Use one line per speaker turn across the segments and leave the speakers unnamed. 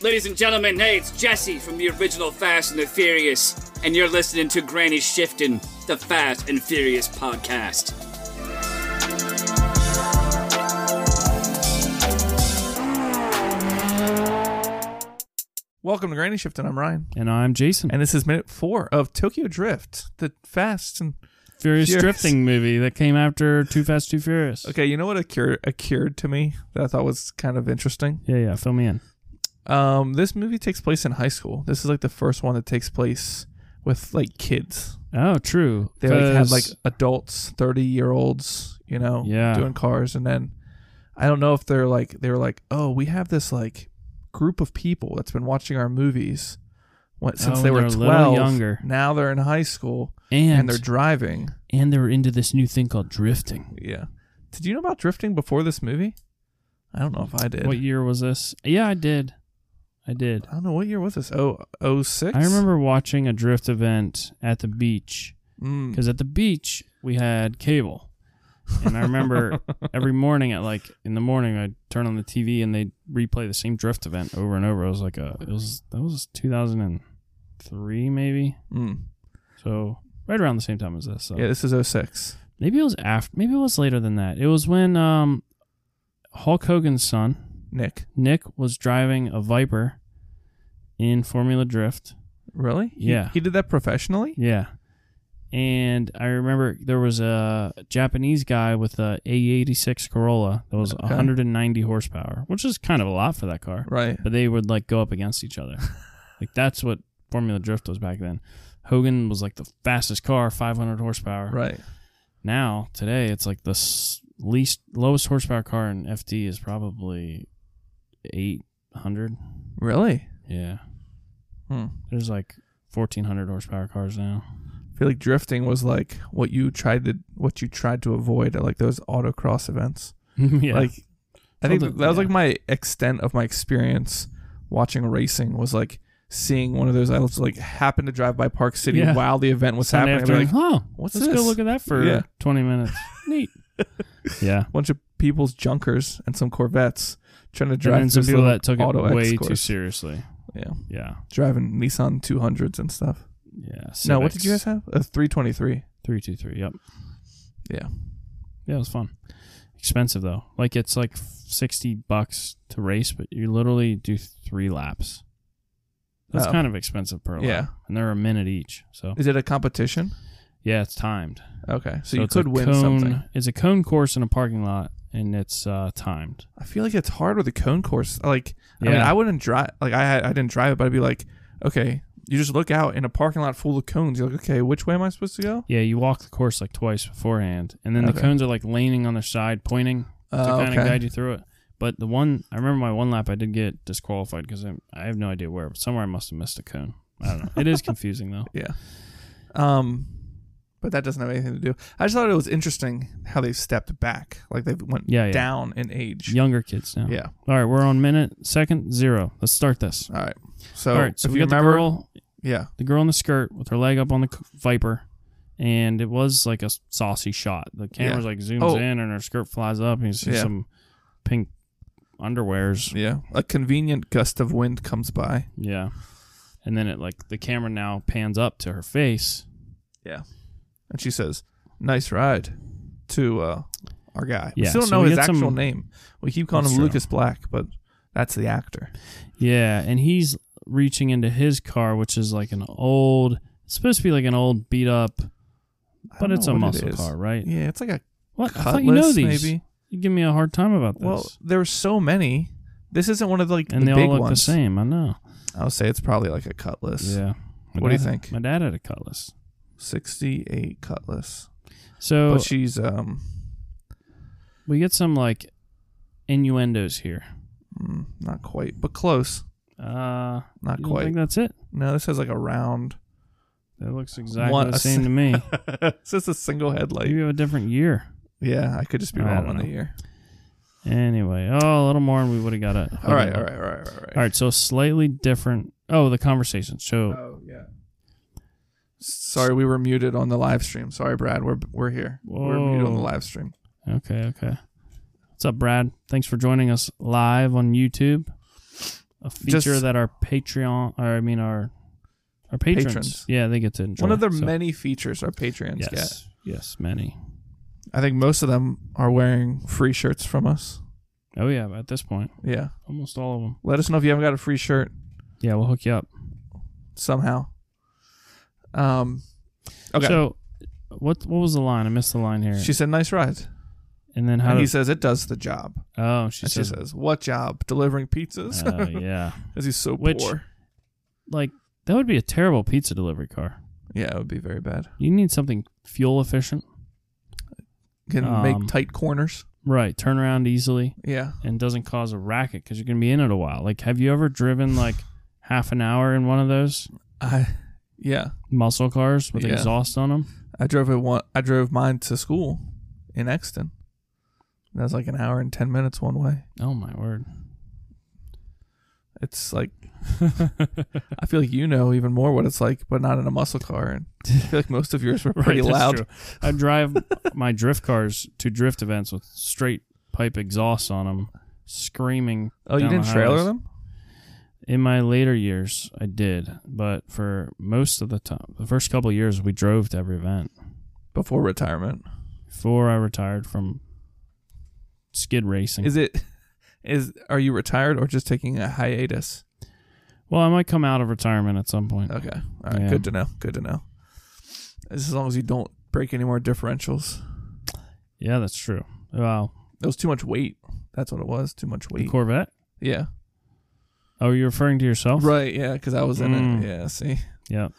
Ladies and gentlemen, hey, it's Jesse from the original Fast and the Furious, and you're listening to Granny Shifting, the Fast and Furious podcast.
Welcome to Granny Shift, and I'm Ryan.
And I'm Jason.
And this is minute four of Tokyo Drift, the fast and
Furious,
Furious.
Drifting movie that came after Too Fast, Too Furious.
okay. You know what occurred, occurred to me that I thought was kind of interesting.
Yeah, yeah, fill me in.
Um, this movie takes place in high school. This is like the first one that takes place with like kids.
Oh, true.
They like had
'Cause-
like adults, thirty year olds, you know,
Yeah.
doing cars, and then I don't know if they're like they were like, oh, we have this like group of people that's been watching our movies what, since
Oh,
they
when
were
they're a little
twelve.
younger.
Now they're in high school
and
and they're driving.
and they were into this new thing called drifting.
Yeah. Did you know about drifting before this movie? I don't know if I did.
What year was this? Yeah, I did. I did.
I don't know what year was this. Oh, 06?
I remember watching a drift event at the beach
Mm.
because at the beach we had cable. And I remember every morning at like in the morning I'd turn on the TV and they'd replay the same drift event over and over. It was like a it was that was 2003 maybe.
Mm.
So right around the same time as this. So.
Yeah, this is 06.
Maybe it was after. Maybe it was later than that. It was when um, Hulk Hogan's son
Nick,
Nick was driving a Viper in Formula Drift.
really? He-
Yeah.
He, did that professionally?
Yeah, and I remember there was a Japanese guy with a A86 Corolla that was
Okay.
190 horsepower, which is kind of a lot for that car.
Right.
But they would like go up against each other. like that's what Formula Drift was back then. Hogan was like the fastest car, 500 horsepower.
Right.
now today it's like the s- least lowest horsepower car in FD is probably 800.
Really?
Yeah.
Hmm.
There's like 1400 horsepower cars now.
I feel like drifting was like what you tried to what you tried to avoid at like those autocross events.
yeah.
Like I think that
Something-
was
yeah.
like my extent of my experience watching racing was like seeing one of those I was like happened to drive by Park City
Yeah.
while the event was
Sunday
happening. I'd be
afternoon,
like,
oh,
what's
let's
this?
go look at that for
Yeah.
20 minutes. Neat. yeah.
bunch of people's junkers and some Corvettes trying to
And
drive
then some
this
people
little
that took it
auto X
way too
course.
seriously.
Yeah,
Yeah.
driving Nissan 200s and stuff.
Yeah.
No, what did you guys have? A 323.
323. Yep.
Yeah.
Yeah, it was fun. Expensive though. Like it's like 60 bucks to race, but you literally do 3 laps. That's
Oh.
kind of expensive per lap.
Yeah.
And they're a minute each. So,
Is it a competition?
yeah, it's timed.
Okay, so, you
it's a
could win
cone,
something.
It's a cone course in a parking lot and it's uh timed.
I feel like it's hard with a cone course. Like, I mean,
Yeah.
I wouldn't drive. Like, I had, I didn't drive it, but I'd be like, okay, you just look out in a parking lot full of cones. You're like, okay, which way am I supposed to go?
Yeah, you walk the course like twice beforehand and then
Okay.
the cones are like leaning on their side pointing to
Oh,
kind
okay.
of guide you through it. But the one I remember my one lap I did get disqualified because I, I have no idea where, but somewhere I must have missed a cone. I don't know. It is confusing though.
Yeah. Um, but that doesn't have anything to do. I just thought it was interesting how they've stepped back. Like they went
Yeah, yeah.
down in age.
Younger kids now.
Yeah.
All right, we're on minute second zero. Let's start this.
All right. So,
All right, so
if
we
you
got
remember,
the girl,
yeah,
the girl in the skirt with her leg up on the c- viper, and it was like a s- saucy shot. The camera's like zooms
Oh.
in, and her skirt flies up, and you see
Yeah.
some pink underwears.
yeah, a convenient gust of wind comes by.
Yeah, and then it like the camera now pans up to her face.
Yeah. And she says, "Nice ride," to uh, our guy. we
Yeah,
still don't
so
know
we
his
get some-
actual name. We keep calling
That's
him
true.
Lucas Black, but that's the actor.
Yeah, and he's reaching into his car, which is like an old. It's supposed to be like an old beat up,
I
but
don't
it's
know
a
what it
muscle
is.
car, right?
Yeah, it's like a
What? I thought
cutlass,
you know these.
maybe.
You give me a hard time about this.
Well, there were so many. This isn't one of the, like
and
the
they
big
all look
ones.
the same. I know.
I would say it's probably like a Cutlass.
Yeah. My
What do you
dad-
think?
My dad had a cutlass.
Sixty-eight Cutlass.
So
but she's um
we get some like innuendos here.
mm, not quite, but close.
Uh,
Not
you don't
quite.
think that's it?
no, this has like a round.
That looks exactly
One-
the same to me.
it's just a single headlight.
Maybe you have a different year.
Yeah, I could just be
I
wrong
don't
on the
know.
year.
Anyway, oh, a little more and we would have got it.
All right, all right, all right, all right.
All right, so slightly different. Oh, the conversation. So
Oh yeah. Sorry, we were muted on the live stream. Sorry, Brad. We're we're here. We're muted on the
Whoa.
live stream.
Okay, okay. What's up, Brad? Thanks for joining us live on YouTube. a feature
Just-
that our Patreon, or I mean our our patrons,
Patrons.
yeah, they get to enjoy.
One of the
so-
many features our Patreons get.
yes, yes, many.
I think most of them are wearing free shirts from us.
Oh yeah, at this point,
Yeah.
almost all of them.
Let us know if you haven't got a free shirt
Yeah, we'll hook you up.
somehow. Um, okay.
So, what what was the line? I missed the line here.
she said, "Nice ride,"
and then how?
and he
Did,
says, "It does the job."
oh, she
and she
says.
says, "What job? Delivering pizzas?"
Oh yeah,
Because he's so
Which-
poor.
like that would be a terrible pizza delivery car.
Yeah, it would be very bad.
You need something fuel efficient,
Can
Um,
make tight corners.
right? Turn around easily
Yeah.
and doesn't cause a racket because you're gonna be in it a while. Like, have you ever driven like half an hour in one of those
I. Yeah.
muscle cars with
Yeah.
exhaust on them?
I drove it one. I drove mine to school in Exton. That was like an hour and ten minutes one way.
Oh my word!
It's like I feel like you know even more what it's like, but not in a muscle car. And I feel like most of yours were pretty
that's
loud.
true. I drive my drift cars to drift events with straight pipe exhaust on them, screaming.
Oh, you
down the
didn't trailer
highways.
them?
In my later years, I did, but for most of the time, the first couple of years, we drove to every event.
before retirement.
Mm. Before I retired from skid racing,
Is it is are you retired or just taking a hiatus?
well, I might come out of retirement at some point.
Okay. All right.
Yeah.
Good to know. Good to know. As long as you don't break any more differentials.
Yeah, that's true. Wow,
It was too much weight. That's what it was. Too much
the
weight.
Corvette.
yeah.
Oh, you're referring to yourself?
Right. Yeah. Because I was in
Mm.
it. Yeah. See.
Yeah. It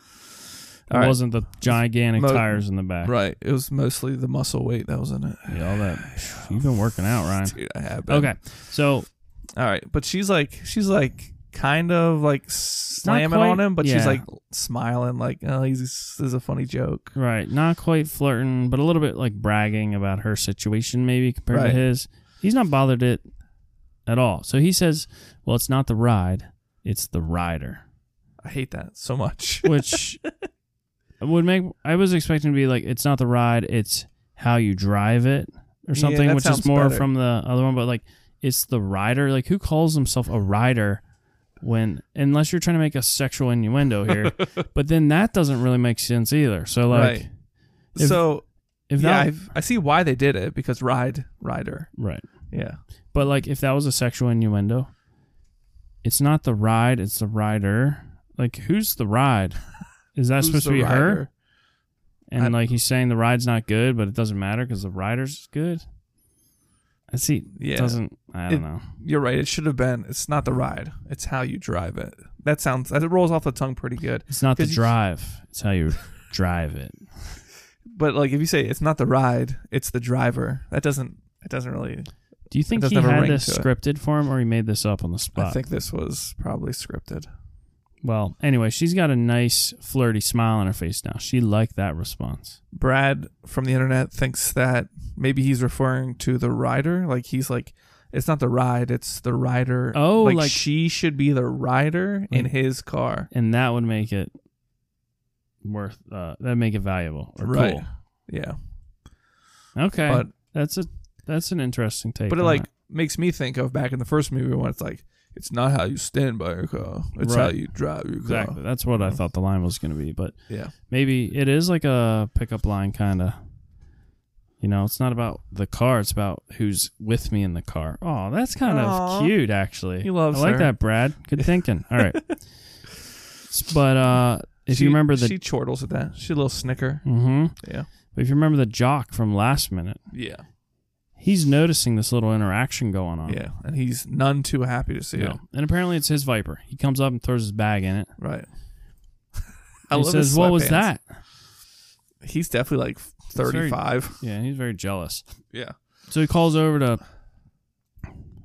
All right.
wasn't the gigantic
Mo-
tires in the back.
Right. It was mostly the muscle weight that was in it.
Yeah, all that. Phew, You've been working out, Ryan.
Dude, I have. been.
Okay, so
All right. But she's like, she's like, kind of like slamming
quite-
on him, but
yeah.
she's like smiling, like, oh, he's, this is a funny joke.
right, not quite flirting, but a little bit like bragging about her situation, maybe compared to
Right.
his. He's not bothered it at all. So he says, "Well, it's not the ride, it's the rider,"
I hate that so much.
which would make. I was expecting to be like, "It's not the ride, it's how you drive it,"
Yeah,
or something,
that
which is
sounds
more
better.
from the other one. But like, it's the rider. Like, who calls himself a rider? When unless you're trying to make a sexual innuendo here, but then that doesn't really make sense either. So like,
right.
if-
so
if
yeah,
that
I've, I see why they did it because ride rider.
right
Yeah,
but like if that was a sexual innuendo it's not the ride it's the rider like who's the ride is that
Who's
supposed to
the
be her
rider?
and
I-
like he's saying the ride's not good but it doesn't matter because the rider's good i see
Yeah,
it doesn't i don't
It-
know
you're right. It should have been. It's not the ride. It's how you drive it. That sounds. That rolls off the tongue pretty good.
it's not the
'cause you-
drive it's how you drive it
But like if you say it's not the ride, it's the driver. That doesn't. It doesn't really.
do you think
doesn't
he
have a
had
ring
this
to it.
scripted for him or he made this up on the spot
I think this was probably scripted.
well anyway she's got a nice flirty smile on her face now she liked that response
Brad from the internet thinks that maybe he's referring to the rider. Like he's like, it's not the ride. It's the rider.
Oh, like- Mm.
she should be the rider in
Like-
his car.
and that would make it worth uh that make it valuable or
Right.
cool.
Yeah.
Okay.
But
that's a that's an interesting take.
but it
on
like
that.
makes me think of back in the first movie when it's like it's not how you stand by your car it's how
Right.
you drive your car
exactly. That's what I thought the line was going to be, but
yeah
maybe it is like a pickup line kind of. You know, it's not about the car, it's about who's with me in the car. Oh, that's kind
Aw.
of cute actually.
He loves
I like
her.
that, Brad. Good thinking. All right. S- but uh if
She-
you remember the
she chortles at that she a little snicker
Mhm.
Yeah.
But if you remember the jock from last minute,
yeah
he's noticing this little interaction going on.
yeah and he's none too happy to see
No.
it
And apparently it's his Viper. He comes up and throws his bag in it.
right
he
his
says, What was
sweatpants.
that?
he's definitely like
very-
35
Yeah, and he's very jealous.
yeah
So he calls over to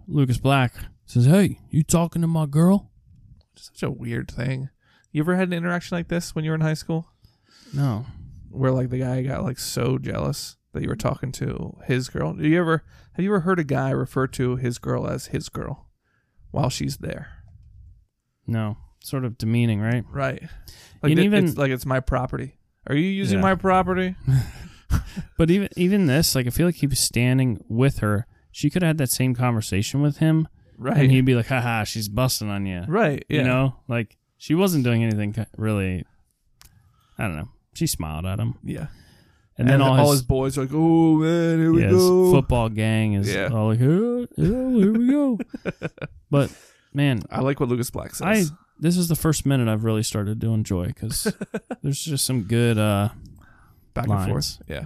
Lucas Black, says, Hey, you talking to my girl?
such a weird thing you ever had an interaction like this when you were in high school
No.
where like the guy got like so jealous that you were talking to his girl do you ever have you ever heard a guy refer to his girl as his girl while she's there
No. Sort of demeaning, right?
Right. Like
And
it-
even-
it's like it's my property. Are you using
Yeah.
my property?
But even even this, like I feel like he was standing with her. She could have had that same conversation with him
Right.
and he'd be like, haha, she's busting on you.
right. Yeah.
You know, like she wasn't doing anything ki- really. I don't know. She smiled at him,
Yeah.
and, then all,
his,
his,
boys are like, "Oh man, here we
yeah, his
go."
football gang is
Yeah.
all like, oh, oh, here we go. but man,
I like what Lucas Black
I
says.
this is the first minute I've really started to enjoy because there's just some good. uh
Back and
lines.
forth. Yeah.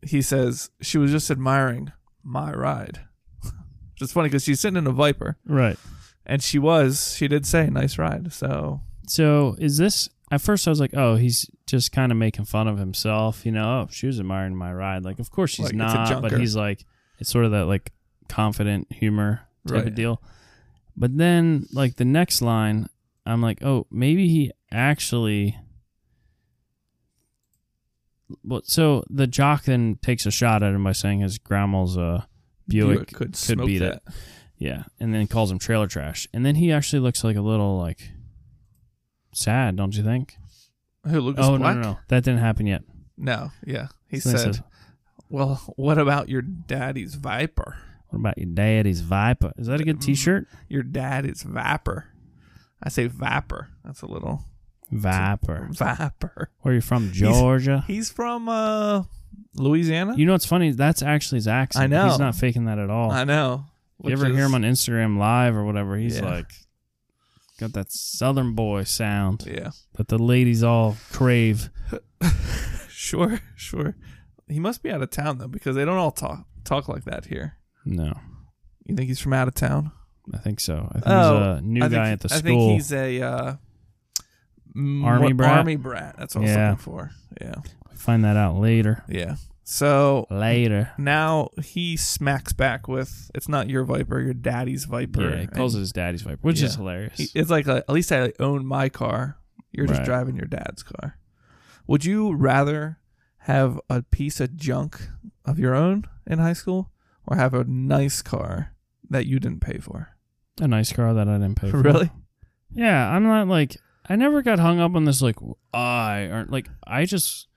He says she was just admiring my ride, which is funny because she's sitting in a Viper,
Right.
and she was. She did say, "Nice ride." So
So is this? At first, I was like, "Oh, he's just kind of making fun of himself," you know. Oh, she was admiring my ride. Like, of course she's
Like, it's a
not, but
junker.
he's like, it's sort of that like confident humor type
Right.
of deal. But then, like the next line, I'm like, "Oh, maybe he actually." Well, so the jock then takes a shot at him by saying his grandma's uh, Buick,
Buick could smoke
beat
that.
Yeah, and then calls him trailer trash, and then he actually looks like a little like sad, don't you think?
Who Lucas
oh
Black?
no, no, no, that didn't happen yet.
No, yeah. He
So then
said, "Well, what about your daddy's Viper?
"What about your daddy's Viper? Is that a good T-shirt?
Your daddy's Viper." I say Viper. That's a little
Viper.
Viper.
Where you from, Georgia?
He's from uh, Louisiana.
you know what's funny? That's actually his accent.
I know.
he's not faking that at all.
I know.
you ever
Which
hear
is-
him on Instagram Live or whatever? He's
Yeah.
like got that Southern boy sound
Yeah.
that the ladies all crave.
Sure, sure. He must be out of town though, because they don't all talk talk like that here.
No,
You think he's from out of town?
I think so. I think
Oh,
he's a new
I
guy
think,
at the
I
school.
think he's a uh, m-
Army
what-
brat?
Army brat. That's what I
Yeah.
was looking for. Yeah,
Find that out later.
yeah. So
Later.
now he smacks back with, "It's not your viper, your daddy's viper."
Yeah, he calls it his daddy's Viper, which is
Yeah.
hilarious.
He- It's like, uh, at least I own my car. You're just
Right.
driving your dad's car. Would you rather have a piece of junk of your own in high school or have a nice car that you didn't pay for?
a nice car that I didn't pay for.
Really?
Yeah, I'm not like I never got hung up on this like I or like I just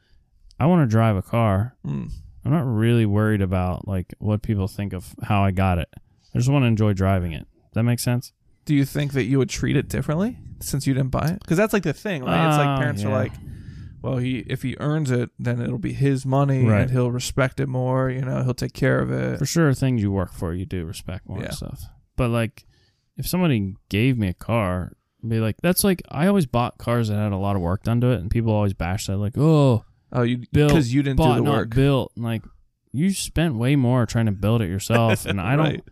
I want to drive a car.
Mm.
I'm not really worried about like what people think of how I got it. I just want to enjoy driving it. Does that make sense?
Do you think that you would treat it differently since you didn't buy it? Because that's like the thing, right? it's like
Oh,
parents are
yeah.
like, well, he if he earns it, then it'll be his money
Right.
and he'll respect it more. You know, he'll take care of it.
For sure, things you work for, you do respect more
Yeah.
and stuff. But like, if somebody gave me a car, I'd be like, that's like I always bought cars that had a lot of work done to it, and people always bash that like, oh,
Oh, you
Bill
because you didn't do
bought,
the
not
work.
built. And like you spent way more trying to build it yourself, and I don't,
Right.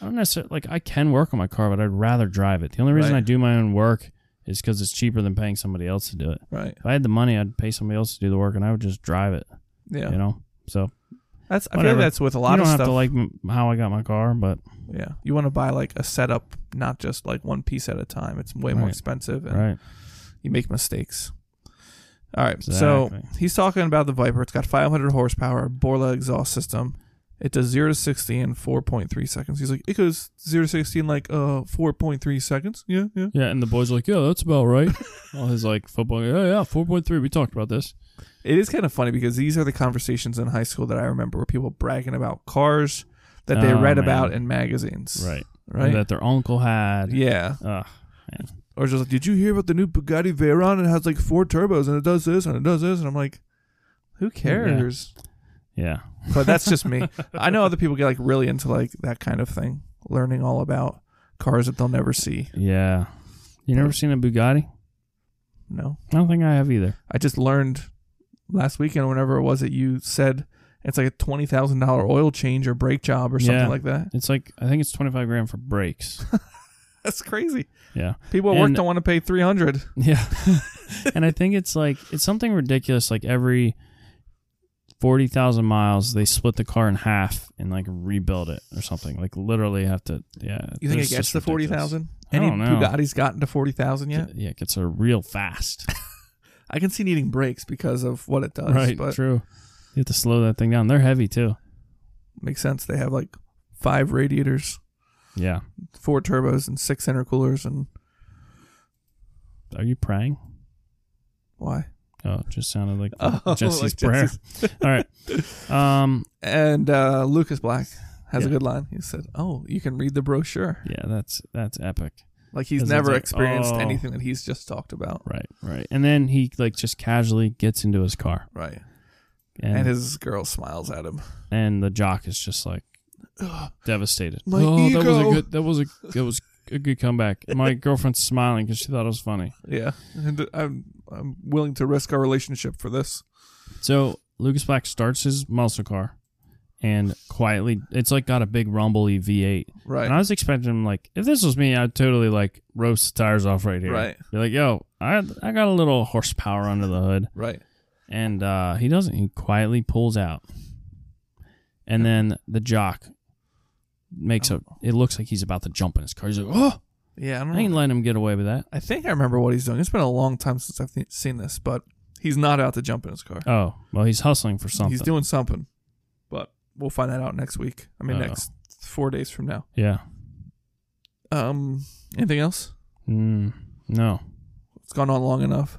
I don't necessarily like I can work on my car, but I'd rather drive it. The only reason
Right.
I do my own work is because it's cheaper than paying somebody else to do it.
Right.
If I had the money, I'd pay somebody else to do the work, and I would just drive it.
Yeah.
You know, so
That's I feel
Whatever.
like that's with a lot
you don't
of
have
stuff.
to like m- how I got my car, but
yeah, you want to buy like a setup, not just like one piece at a time. It's way more
Right.
expensive, and
right,
you make mistakes. All right, so
Exactly.
he's talking about the Viper. It's got 500 horsepower, Borla exhaust system. It does zero to sixty in 4.3 seconds. He's like, it goes zero to sixty in like uh 4.3 seconds. Yeah, yeah.
yeah. And the boys are like, yeah, that's about right. All his like football, yeah, yeah, four point three. We talked about this.
It is kind of funny because these are the conversations in high school that I remember where people bragging about cars that they
Oh,
read
man.
about in magazines.
Right,
Right.
That their uncle had.
yeah.
Ugh.
or just like, did you hear about the new Bugatti Veyron? It has like four turbos and it does this and it does this, and I'm like, who cares?
yeah.
But that's just me. I know other people get like really into like that kind of thing, learning all about cars that they'll never see.
Yeah. You never seen a Bugatti?
No,
I don't think I have either.
I just learned last weekend, whenever it was that you said it's like a twenty thousand dollar oil change or brake job or something
Yeah.
like that.
It's like I think it's twenty five grand for brakes.
That's crazy.
Yeah.
People at work
And-
don't want to pay three hundred.
yeah. and I think it's like it's something ridiculous. Like every forty thousand miles, they split the car in half and like rebuild it or something. Like literally have to. Yeah.
You think
it's
it gets
just
to forty
ridiculous.
thousand?
I
Any
don't know.
Bugatti's gotten to forty thousand yet?
Yeah, it gets there real fast.
I can see needing brakes because of what it does.
right.
but
True. You have to slow that thing down. They're heavy too.
makes sense. They have like five radiators,
Yeah.
four turbos, and six intercoolers. And
Are you praying?
why?
Oh, it just sounded like
Oh,
Jesse's
like
prayer.
Jesse's-
All right. Um.
And uh, Lucas Black has a
Yeah.
good line. He said, "Oh, you can read the brochure."
Yeah, that's that's epic.
Like he's
'Cause it's
never
like,
experienced
oh.
anything that he's just talked about.
Right, right. And then he like just casually gets into his car,
Right.
and
And,
and,
his girl smiles at him.
the jock is just like devastated.
My
oh, that was a
ego.
good. That was a that was a good comeback. My girlfriend's smiling because she thought it was funny.
Yeah. And uh, I'm I'm willing to risk our relationship for this.
So Lucas Black starts his muscle car, and quietly, it's like got a big rumbly V8.
Right.
And I was expecting him like, if this was me, I'd totally like roast the tires off right here.
Right.
Be like, yo, I I got a little horsepower under the hood.
right.
And uh, he doesn't. He quietly pulls out, and then the jock makes a. It looks like he's about to jump in his car. He's like, "Oh,
Yeah. I
I
don't
ain't
know.
letting him get away with that."
I think I remember what he's doing. It's been a long time since I've th- seen this, but he's not out to jump in his car.
Oh, well, he's hustling for something.
He's doing something, but we'll find that out next week. I mean,
Uh-oh.
next four days from now.
yeah.
Um, anything else?
Mm, no.
It's gone on long enough.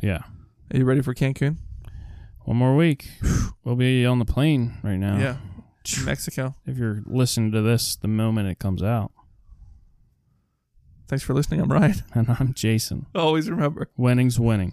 Yeah.
Are you ready for Cancun?
One more week. We'll be on the plane right now.
Yeah, Mexico.
If you're listening to this the moment it comes out,
Thanks for listening. I'm Ryan.
and I'm Jason.
Always remember.
Winning's winning.